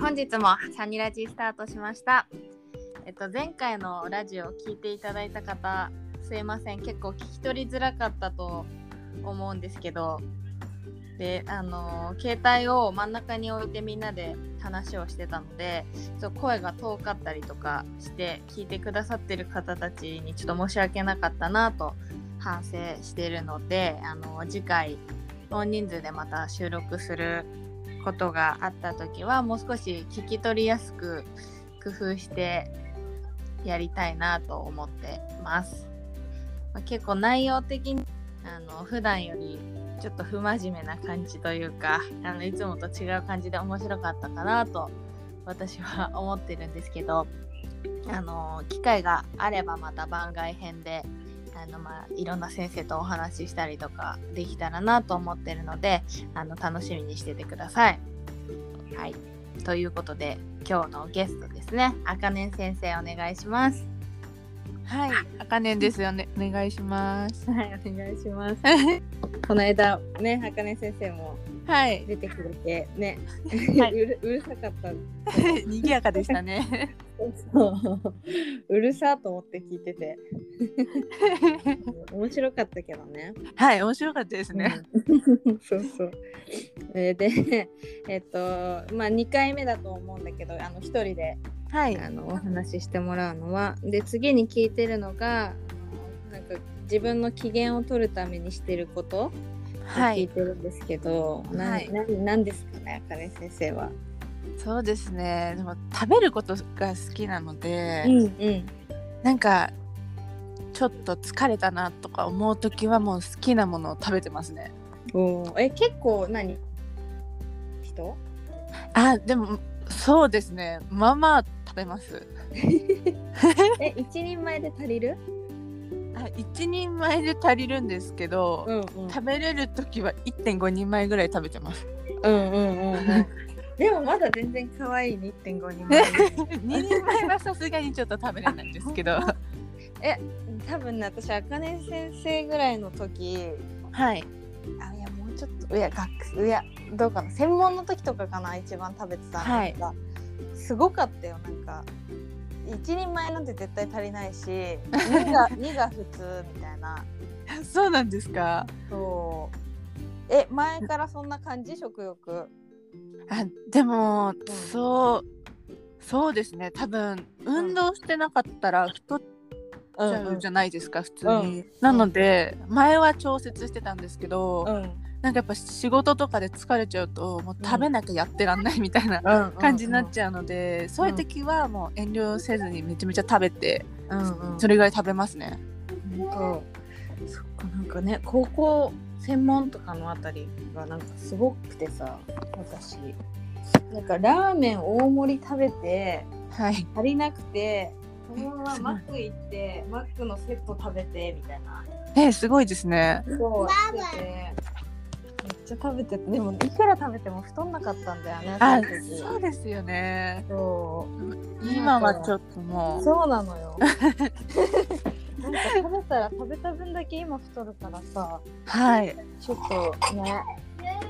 本日もサニラジスタートしました。えっと前回のラジオを聞いていただいた方、すいません。結構聞き取りづらかったと思うんですけど、で、あの携帯を真ん中に置いてみんなで話をしてたので、ちょっと声が遠かったりとかして聞いてくださってる方たちにちょっと申し訳なかったなと反省しているので、あの次回大人数でまた収録することがあった時はもう少し聞き取りやすく工夫してやりたいなと思ってます、まあ結構内容的にあの普段よりちょっと不真面目な感じというかあのいつもと違う感じで面白かったかなと私は思ってるんですけどあの機会があればまた番外編であの、まあ、いろんな先生とお話ししたりとかできたらなと思ってるのであの楽しみにしててください。はい、ということで今日のゲストですねあかねん先生お願いします。はい、あかねんですよね。お願いします。はいお願いします。この間ねあかねん先生も はい、出てくれて ね、はうるうるさかった 賑やかでしたね。そううるさと思って聞いて て面白かったけどね。 はい、面白かったですね。うん、そうそう。えーで、えっと、まあ、2回目だと思うんだけど、あの、一人で、はい、あの、お話ししてもらうのは、で、次に聞いてるのが。あのなんか、自分の機嫌を取るためにしてること。をは聞いい、てるんですけど、なはいななんですかね、あかね先生は。そうですね。でも食べることが好きなので、うん、うん。なんかちょっと疲れたなとか思うときはもう好きなものを食べてますね。おーえ、結構、何。人。あ、でもそうですね。まあまあ食べます。え、一人前で足りる。あ、一人前で足りるんですけど。ん、うん。食べれる時は1.5人前ぐらい食べてます。うん、うん、うん、 うん。でも、まだ全然可愛い1.5人前。 2人前はさすがにちょっと食べれないんですけ ど。多分ね私あかね先生ぐらいの時はい。あいやもうちょっといや学生いやどうかな専門の時とかかな一番食べてたのが、すごかったよなんか一人前なんて絶対足りないし2 が二が普通みたいな そうなんですか。そうえ前からそんな感じ食欲あ、でも、んそう。そうですね。多分運動してなかったら太っちうゃうんじゃないですか、普通に。なので前は調節してたんですけど、うんなんかやっぱ仕事とかで疲れちゃうともう食べなきゃやってらんないみたいうなん感じになっゃちゃうので、そういう時はもう遠慮せずにめちゃめちゃ食べて、うん、うんうん、それぐらい食べますね。本当そっかなんかね高校専門とかのあたりがなんかすごくてさ私なんかラーメン大盛り食べてはい。足りなくてそのままマック行ってマックのセット食べてみたいなえー、すごいですね。そうしててめっちゃ食べててでもいくら食べても太んなかったんだよねあ、そそのう時ですよね。そう今はちょっともう。そうなのよ なんか食べたら食べた分だけ今太るからさはい、ちょっとね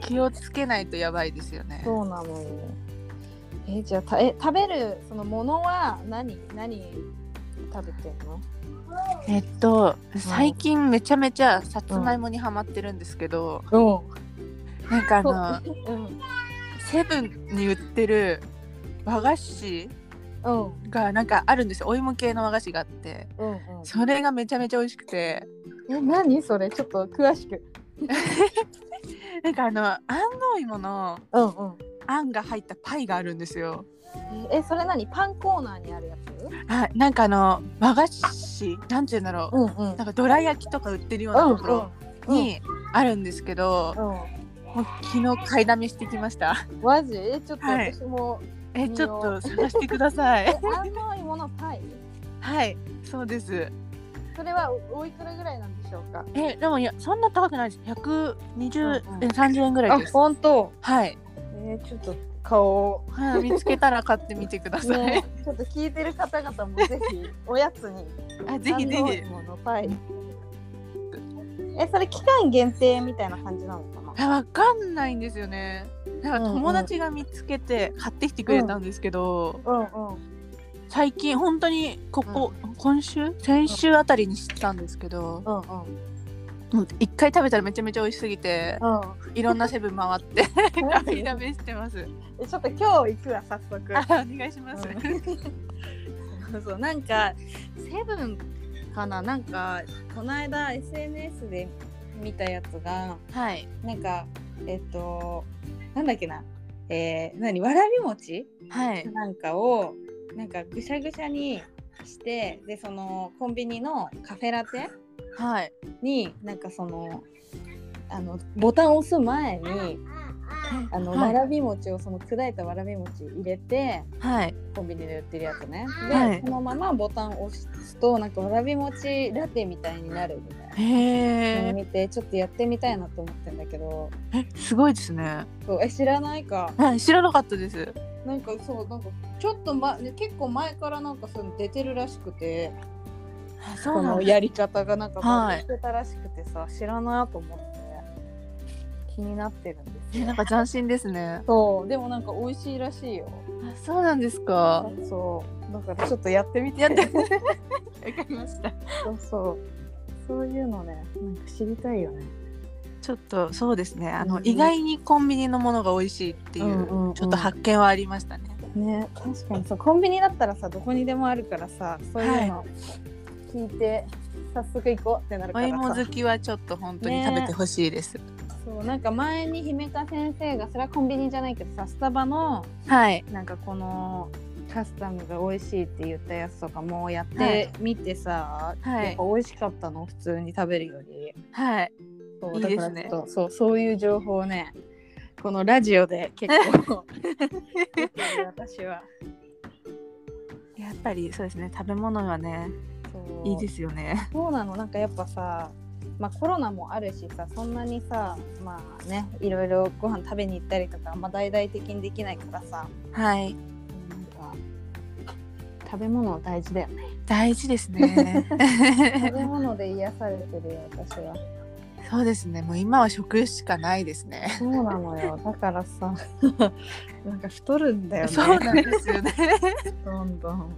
気をつけないとやばいですよね。そうなのよ。えじゃあたえ食べるそのものは何何食べてんの？えっと、最近めちゃめちゃさつまいもにハマってるんですけど、なんかあのうんうんセブンに売ってる和菓子うんがなんかあるんですよ。お芋系の和菓子があって、うんそれがめちゃめちゃ美味しくて、うん。え何それちょっと詳しく。なんかあの安納芋のうんうん。あんが入ったパイがあるんですよ。えそれ何パンコーナーにあるやつ？あ、なんかあの和菓子なんて言うんだろうう。んうんなんかどら焼きとか売ってるよううんなうところにあるんですけど、んもう昨日買いだめしてきました。うん。マジえちょっとはい私も、見え、ようちょっと探してくださえ い。安納芋のパイ？はい、そうです。それはおおいくらぐらいなんでしょうか？え、でもいやそんな高くないです。百二十うんうんえ三十円ぐらいです。本当。はい、えちょっと顔。はい、見つけたら買ってみてください。 ね、ちょっと聞いてる方々もぜひおやつにあ、ぜひぜ安納ひ。芋のパイ。えそれ期間限定みたいな感じなのかなえわかんないんですよねなんか友達が見つけて買ってきてくれたんですけど、うんうん最近本当にここ、今週先週あたりに知ったんですけどうんもう一回食べたらめちゃめちゃ美味しすぎてうんいろんなセブン回って マ買ジいだめしてますえちょっと今日行くわ早速 あお願いします、 そうそうなんかセブンかななんかこの間 SNS で見たやつがはいなんかえっとなんだっけなえー、何わらび餅はいなんかをなんかぐしゃぐしゃにしてでそのコンビニのカフェラテはいになんかそのあのボタンを押す前にあの、はいわらび餅をその砕いたわらび餅入れてはいコンビニで売ってるやつねで、はいそのままボタンを押すとなんかわらび餅ラテみたいになるみたいへなのをえ見てちょっとやってみたいなと思ってんだけどすごいですねそうえ知らないかはい知らなかったですなんかそうなんかちょっと、ま、ね結構前からなんかそういうの出てるらしくてあそこうなんのですやり方がなんかはいバズってたらしくてさ、知らないと思って気になってるんですえなよんか斬新ですねそうでもなんか美味しいらしいよあそうなんですかそうだからちょっとやってみてやってわかりました そうそうそういうのねなんか知りたいよねちょっとそうですねあの、うん意外にコンビニのものが美味しいっていう,、うんうんちょっと発見はありましたねね確かにそうコンビニだったらさどこにでもあるからさそういうの聞いて、早速行こうってなるおから芋さ好きはちょっと本当に食べてほしいです、そうなんか前に姫香先生がそれはコンビニじゃないけどさスタバのはいなんかこのカスタムが美味しいって言ったやつとかもやっはていみてさ、はいやっぱ美味しかったの普通に食べるよりはいそういいですねだからちょっとそうそういう情報をねこのラジオで結 構出てる私はやっぱりそうですね食べ物はねそういいですよねそうなのなんかやっぱさまあコロナもあるしさそんなにさまあねいろいろご飯食べに行ったりとか、まあ、大々的にできないからさはいなんか食べ物大事だよね大事ですね食べ物で癒されてるよ私は そうですねもう今は食しかないですねそうなのよだからさ なんか太るんだよね そうなんです よねどんどん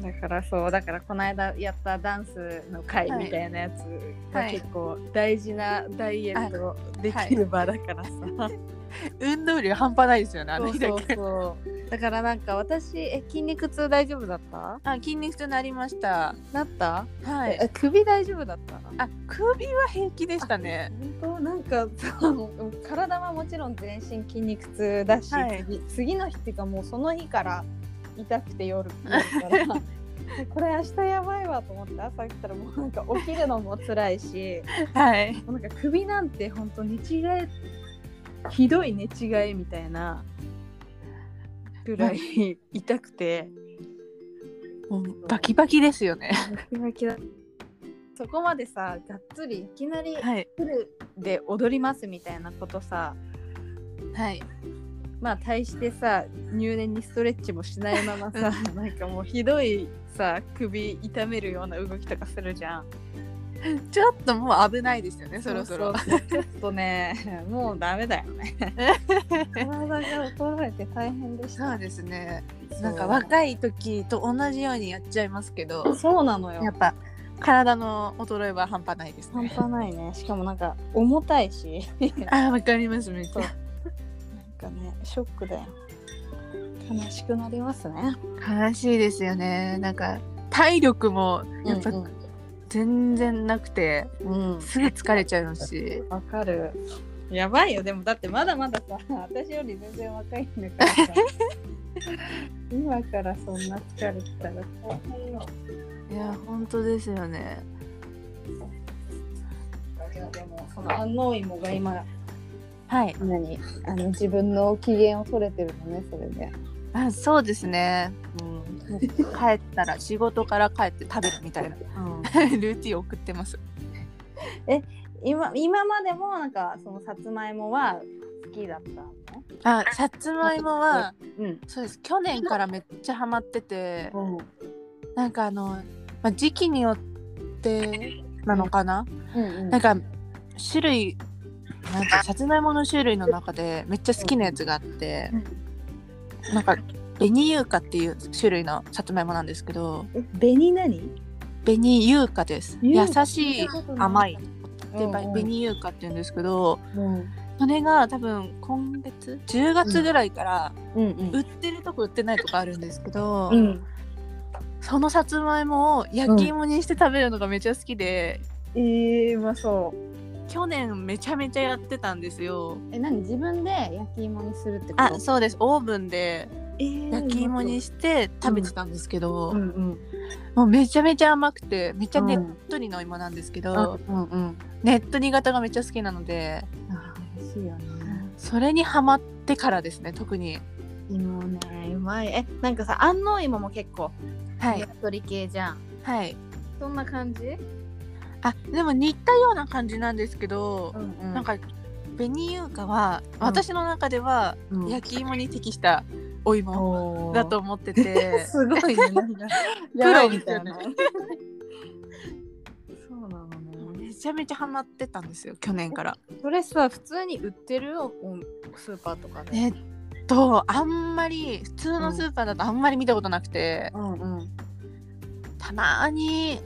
だからそうだからこの間やったダンスの会はいみたいなやつがはい結構大事なダイエットできる場だからさ、運動量半端ないですよねあそのう日だそうけそうだからなんか私え筋肉痛大丈夫だったあ筋肉痛になりましたなった、はえい首大丈夫だったあ首は平気でしたね本当なんかそう体はもちろん全身筋肉痛だし、はい次次の日っていうかもうその日から痛くて夜 夜からこれ明日やばいわと思って朝起きたらもうなんか起きるのも辛いしはいもうなんか首なんて本当寝違えひどい寝違えみたいなぐらい痛くてもうバキバキですよねそこまでさがっつりいきなりはいフルで踊りますみたいなことさはいまあ対してさ入念にストレッチもしないままさ なんかもうひどいさ首痛めるような動きとかするじゃんちょっともう危ないですよねそろそろうううちょっとね もうダメだよね体が衰えて大変でしそうたですねそうなんか若い時と同じようにやっちゃいますけどそうなのやよっぱ体の衰えは半端ないです半ね端ないねしかもなんか重たいしあわかりますめっちそうゃなんかねショックだよ悲しくなりますね悲しいですよねなんか体力もやっぱうん全然なくて、うんすぐ疲れちゃうしわかる。やばいよ、でもだってまだまださ、私より全然若いんだから さ。今からそんな疲れてたら大変よ。いや本当ですよねいやでもその安納芋が今はい何あの自分の機嫌を取れてるのねそれで、あそうですねうん帰った ら仕事から帰って食べるみたいなルーティンを送ってます今今までもなんかそのさつまいもは好きだったのあさつまいもはうんそうです去年からめっちゃハマっててうんなんかあの、まあ、時期によってなのかな、うんうんなんか種類なんてさつまいもの種類の中でめっちゃ好きなやつがあって、なんか紅優香っていう種類のさつまいもなんですけどえ紅何紅優香です優優香しい甘いうんでうん紅優香って言うんですけどうんそれが多分今月10月ぐらいからうん売ってるとこ売ってないとこあるんですけど、うんうんそのさつまいもを焼き芋にして食べるのがめちゃ好きで、えー、うまそう去年めちゃめちゃやってたんですよえ何自分で焼き芋にするってことあそうですオーブンでえー焼き芋にして食べてたんですけど、うんうんもうめちゃめちゃ甘くてめっちゃねうっんとりの芋なんですけうんど、うんうんねっとり型がめっちゃ好きなのであー美味しいよねそれにハマってからですね特に芋ねうまいえなんかさ安納芋も結構は焼き鳥系じゃんはいそんな感じあでも似たような感じなんですけど、んうなんか紅優香は私の中ではうん焼き芋に適したお芋おーだと思ってて すご いねなんかやばいみみたたいい ななそうなのねめちゃめちゃハマってたんですよ去年から。それさ普通に売ってるおおスーパーとかでえっとあんまり普通のスーパーだとあんまり見たことなくて、うんうんたまに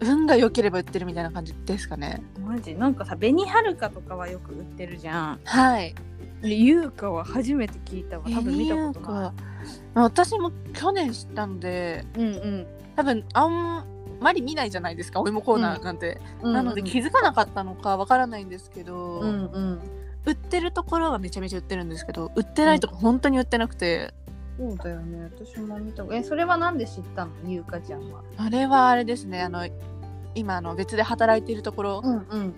運が良ければ売ってるみたいな感じですかね。マジなんかさ紅はるかとかはよく売ってるじゃんはい。優香は初めて聞いたわ多分見たことないい。私も去年知ったんでうん多分あんまり見ないじゃないですかお芋コーナーなんて、うんなので気づかなかったのかわからないんですけど、うんうん売ってるところはめちゃめちゃ売ってるんですけど売ってないとこ本当に売ってなくて、そうだよね私も見たえそれはなんで知ったのゆうかちゃんはあれはあれですねあの今あの別で働いてるところうんうん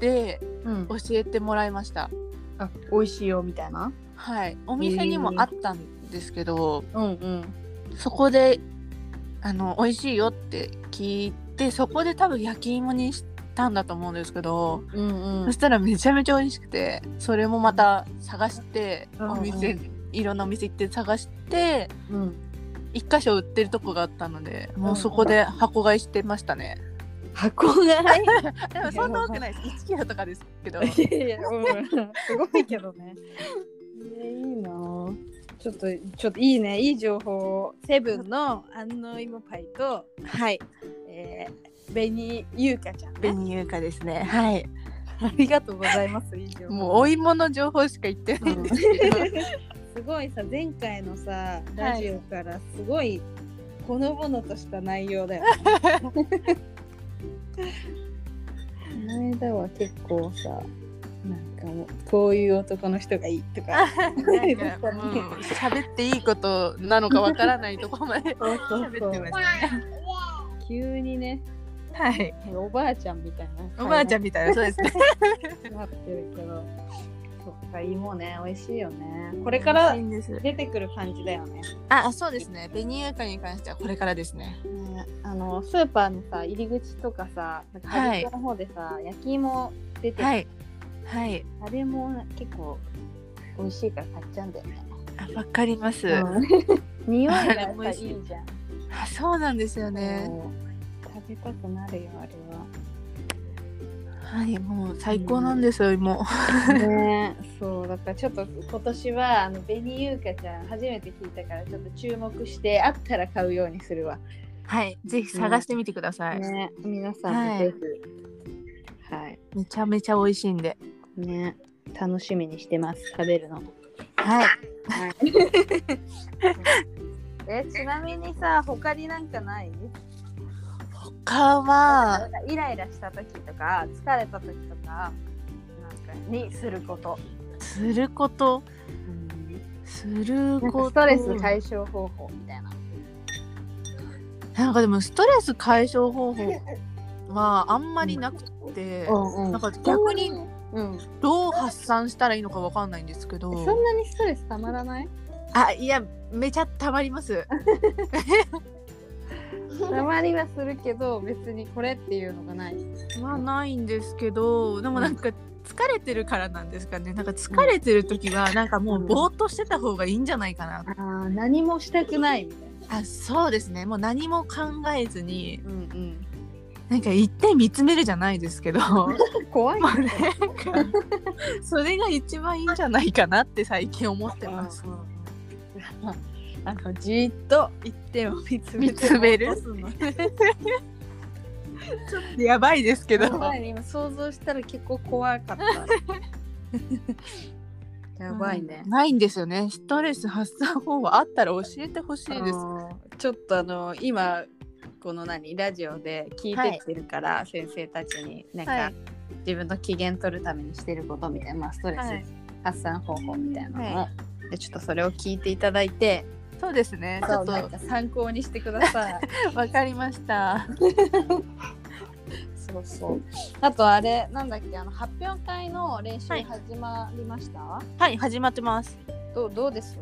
でうん教えてもらいました、あ美味しいよみたいなはいお店にもあったんですけど、うんうんそこであの美味しいよって聞いてそこで多分焼き芋にしたんだと思うんですけど、うんそしたらめちゃめちゃ美味しくてそれもまた探して、うんお店、ういろんなお店行って探してうん一箇所売ってるとこがあったのでもううんそこで箱買いしてましたね、箱がい でもそんな多くないです1キロとかですけ どいやいやうんすごいけどねえいいなちょっとちょっといいねいい情報をセブンの安納芋パイとはいえー、紅優香ちゃんね、紅優香ですねはい ありがとうございます以上もうお芋の情報しか言ってないんですけど、すごいさ前回のさラジオからすごいほのぼのとした内容だよ、ね、この間は結構さなんかもうこういう男の人がいいとか言ってなたんかねもう喋っていいことなのかわからないとこま でそう そう喋そってうましたね。急にねはい。おばあちゃんみたいなおばあちゃんんみたいなそうです ね。なってるけどそっか芋ね美味しいよねこれから出てくる感じだよねあ、そうですね。ベニヤカに関してはこれからですね。ねあのスーパーのさ入り口とかさなんかはい端っこの方でさ、焼き芋出てて、はい。はい。あれも結構美味しいから買っちゃうんだよね。あ、わかります。うん 匂いがあやれっぱもい美味いしいじゃん。あ、そうなんですよね。もう食べたくなるよあれはい、もう最高なんですよ、もは。ねえそうだからちょっと今年はあの紅優香ちゃん初めて聞いたからちょっと注目してあったら買うようにするわ。はい、 ぜひ探してみてください。ねえ皆さんもぜひ。はい、めちゃめちゃ美味しいんで。ねえ楽しみにしてます食べるの。はい。えちなみにさ他になんかない他は、なんかイライラした時とか疲れた時とかなんかにすること、すること、するなんかこと。ストレス解消方法みたいななんかでもストレス解消方法はあんまりなくて、んなんか逆にうんどう発散したらいいのかわかんないんですけえそんどなにストレスたまらないあいやめちゃたまりますたまりはするけど別にこれっていうのがないまあないんですけどでもなんか疲れてるからなんですかねなんか疲れてる時はなんかもうぼーっとしてた方がいいんじゃないかなあー何もしたくないみたいなあそうですねもう何も考えずにうんなんか一点見つめるじゃないです けども怖いようなんかそれが一番いいんじゃないかなって最近思ってます。あのじーっと一点を見つめて見つめ る落とすのやばいですけどやばいね今想像したら結構怖かった やばいねうん、ないんですよねストレス発散法はあったら教えてほしいです。うんちょっとあの今この何ラジオで聞いてきてるから、先生たちになんか、はい自分の機嫌取るためにしてることみたいな、まあ、ストレはいス発散方法みたいなのを、はでちょっとそれを聞いていただいてそうですねちちょょっっとなんとか参考にしてくださいわかりました。 そうそうあとあれなんだっけあの発表会の練習始まりました、はい始まってます。どうどうです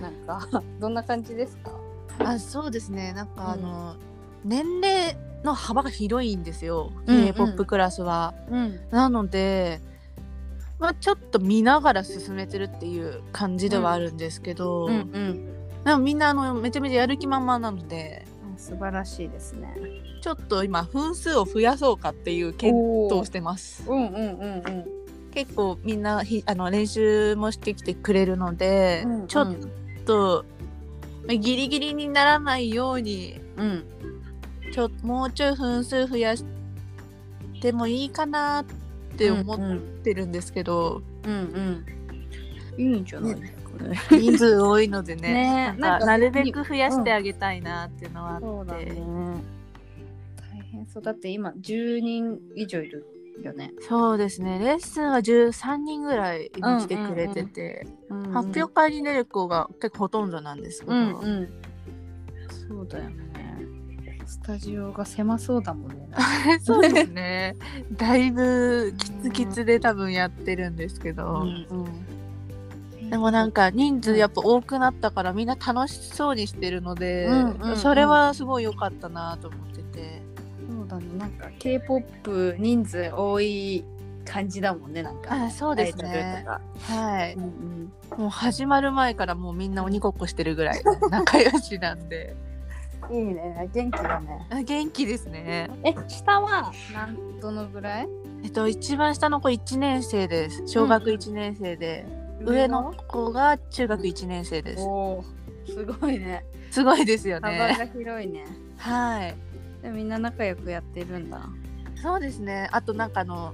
なんか どんな感じですかあそうですねなんかあうんの、年齢の幅が広いんですよ、うんうん K-POP クラスは。うんなので、まあ、ちょっと見ながら進めてるっていう感じではあるんですけど、うんうんでもみんなあのめちゃめちゃやる気満々なので素晴らしいですねちょっと今分数を増やそうかっていう検討をしてます。うんうんうんうん結構みんなひあの練習もしてきてくれるので、うんちょっとまあギリギリにならないようにうんちょもうちょい分数増やしてもいいかなって思うんうんってるんですけど、うんうん。いいんじゃないですかね。人数多いのでねねなんかなるべ。そく増やしてあげたいなっていうのはあって、うだね。大変そう。だって今10人以上いるよね。そうですねレッスンは13人ぐらい今来てくれてて、発表会に出る子が結構ほとんどなんですけど、うん うん。そうだよね。スタジオが狭そうだもんね。そうですねだいぶキツキツで多分やってるんですけど、でもなんか。か人数やっぱ多くなったからみんな楽しそうにしてるので、うんうんうんそれはすごい良かったなと思っててそうだね。なんか K-POP 人数多い感じだもんね。なんか。あそうですねアイはいドルとか。うんうん。もう始まる前からもうみんな鬼ごっこしてるぐらい仲良しなんでいいね。元気だね。あ 元気ですねえ、下はなんどのぐらい？えっと一番下の子1年生です小学1年生で、上の子が中学1年生ですおおすごいねすごいですよ幅ねが広いねはいでみんな仲良くやってるんだそうですねあとなんかあの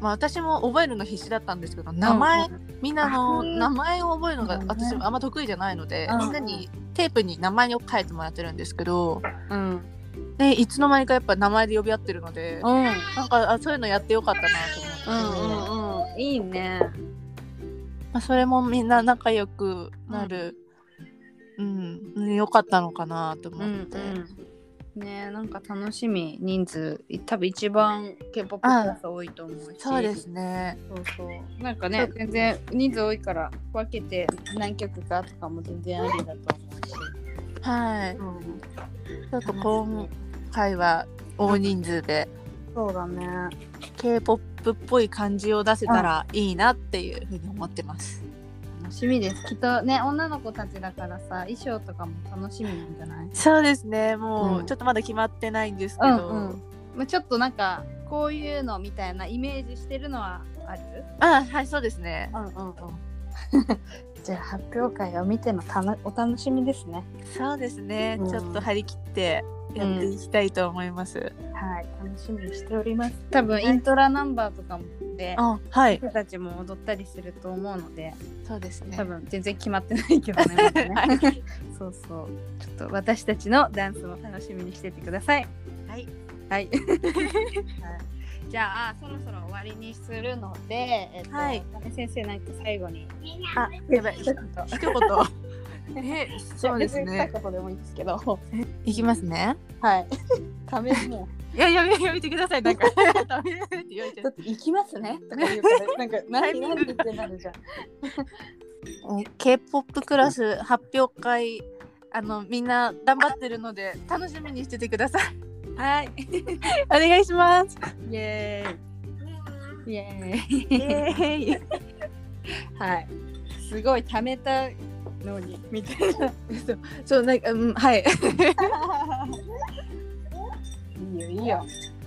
まあ、私も覚えるの必死だったんですけど名前、みんなああのー名前を覚えるのがそうだね私あんま得意じゃないので、うんみんなにテープに名前を書いてもらってるんですけどうんうん、でいつの間にかやっぱ名前で呼び合ってるので、うんなんかあそういうのやってよかったなと思って、まうんうんいいねあ、それもみんな仲良くなる、うんうんよかったのかなと思うっんて、うんねなんか楽しみ人数い多分一番 K-POP クラス多いと思うしそうですねそうそうなんかね全然人数多いから分けて何曲かとかも全然ありだと思うし、はいうん、ちょっと今回は大人数でそうだね k p o p っぽい感じを出せたらいいなっていうふうに思ってます。楽しみですきっとね女の子たちだからさ衣装とかも楽しみなんじゃないそうですねもう、うんちょっとまだ決まってないんですけうど、んうんまあ、ちょっとなんかこういうのみたいなイメージしてるのはあるあはいそうですねうんうんうん じゃあ発表会を見てのたのお楽しみですねそうですね、うんちょっと張り切ってやっていきたいと思います、はい楽しみにしております多分イントラナンバーとかもであはい僕たちも踊ったりすると思うのでそうですね多分全然決まってないけどね,、まだねはそうそうちょっと私たちのダンスも楽しみにしててくださいはいはい。じゃあそろそろ終わりにするので、えっと、はい亀先生なんか最後にあやばい一一言えそうですね一言でもいいんですけど、いきますねはい。亀もいややめやめてくださいなん かダメだって言われちゃだうって行きますねとか言うからなんかタイ何ミン何グ言ってなるじゃん。え K-POP クラス発表会あのみんな頑張ってるので楽しみにしててくださいはい。お願いしますイエーイ。イエーイ。イエ ーイはい。すごい溜めたのにみたいな。そうなんか、うん、はいいいよいいよ。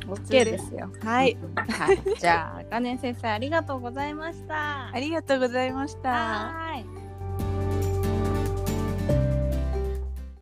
OK ですよ。はい。はい、じゃあ、ガネ先生ありがとうございました。ありがとうございました。はーい。